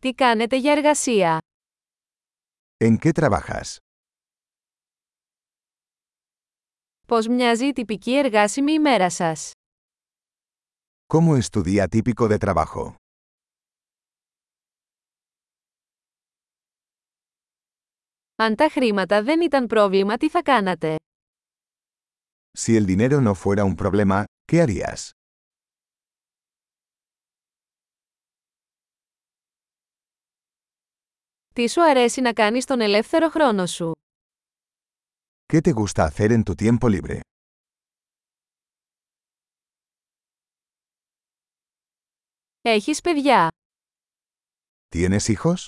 Τι κάνετε για εργασία? ¿En qué trabajas? Πώς μοιάζει η τυπική εργάσιμη ημέρα σας? ¿Cómo es tu día típico de trabajo? Αν τα χρήματα δεν ήταν πρόβλημα, τι θα κάνατε? Si el dinero no fuera un problema, ¿qué harías? Τι σου αρέσει να κάνεις τον ελεύθερο χρόνο σου? ¿Qué te gusta hacer en tu tiempo libre? Έχεις παιδιά. ¿Tienes hijos?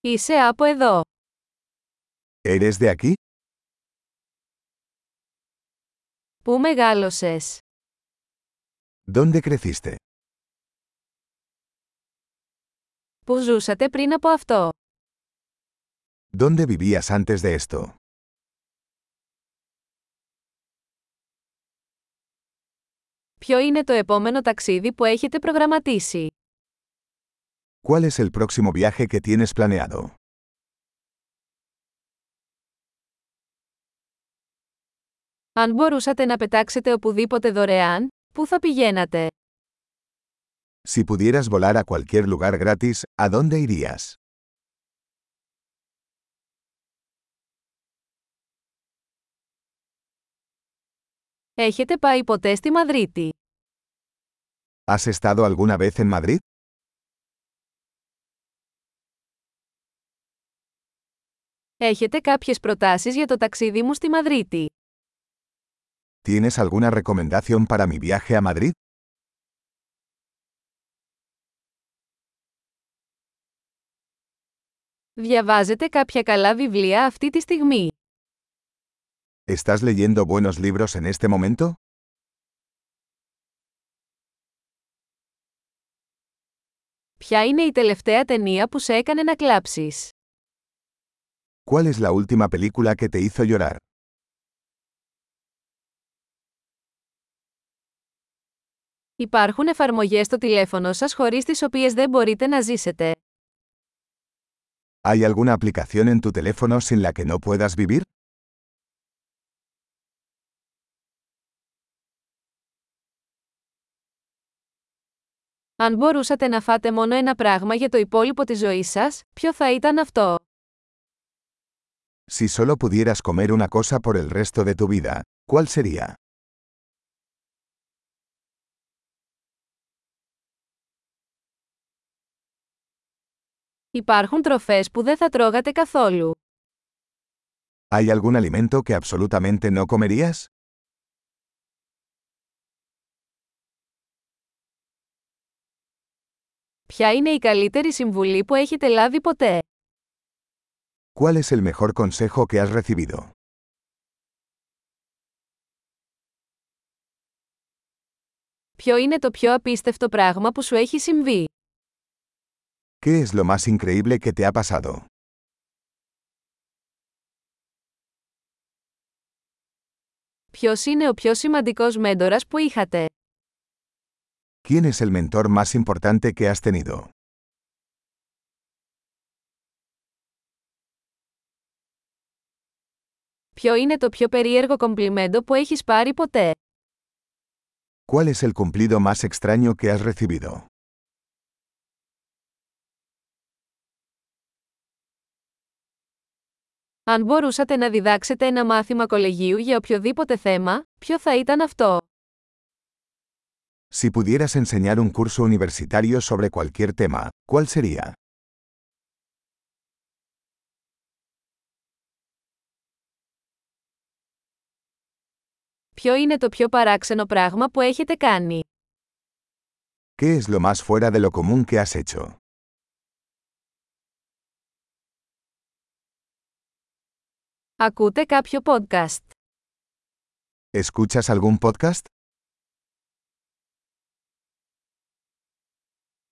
Είσαι από εδώ. ¿Eres de aquí? Πού μεγάλωσες? ¿Dónde creciste? Πού ζούσατε πριν από αυτό? ¿Dónde vivías antes de esto? Ποιο είναι το επόμενο ταξίδι που έχετε προγραμματίσει? ¿Cuál es el próximo viaje que tienes planeado? Αν μπορούσατε να πετάξετε οπουδήποτε δωρεάν, πού θα πηγαίνατε? Si pudieras volar a cualquier lugar gratis, ¿a dónde irías? Έχετε πάει ποτέ στη Μαδρίτη. ¿Has estado alguna vez en Madrid? Έχετε κάποιες προτάσεις για το ταξίδι μου στη Μαδρίτη. ¿Tienes alguna recomendación para mi viaje a Madrid? Διαβάζετε κάποια καλά βιβλία αυτή τη στιγμή. ¿Estás leyendo buenos libros en este momento? Ποια είναι η τελευταία ταινία που σε έκανε να κλάψεις? ¿Cuál es la última película que te hizo llorar? Υπάρχουν εφαρμογές στο τηλέφωνο σας χωρίς τις οποίες δεν μπορείτε να ζήσετε. ¿Hay alguna aplicación en tu teléfono sin la que no puedas vivir? Αν μπορούσατε να φάτε μόνο ένα πράγμα για το υπόλοιπο της ζωής σας, ποιο θα ήταν αυτό? Si solo pudieras comer una cosa por el resto de tu vida, ¿cuál sería? Υπάρχουν τροφές που δεν θα τρώγατε καθόλου. ¿Hay algún alimento que absolutamente no comerías? Ποια είναι η καλύτερη συμβουλή που έχετε λάβει ποτέ? ¿Cuál es el mejor consejo que has recibido? Ποιο είναι το πιο απίστευτο πράγμα που σου έχει συμβεί? ¿Qué es lo más increíble que te ha pasado? Ποιος είναι ο πιο σημαντικός μέντορας που είχατε? ¿Quién es el mentor más importante que has tenido? Ποιο είναι το πιο περίεργο κομπλιμέντο που έχεις πάρει ποτέ? ¿Cuál es el cumplido más extraño que has recibido? Αν μπορούσατε να διδάξετε ένα μάθημα κολεγίου για οποιοδήποτε θέμα, ποιο θα ήταν αυτό? Si pudieras enseñar un curso universitario sobre cualquier tema, ¿cuál sería? Ποιο είναι το πιο παράξενο πράγμα που έχετε κάνει? ¿Qué es lo más fuera de lo común que has hecho? Ακούτε κάποιο podcast. ¿Escuchas algún podcast?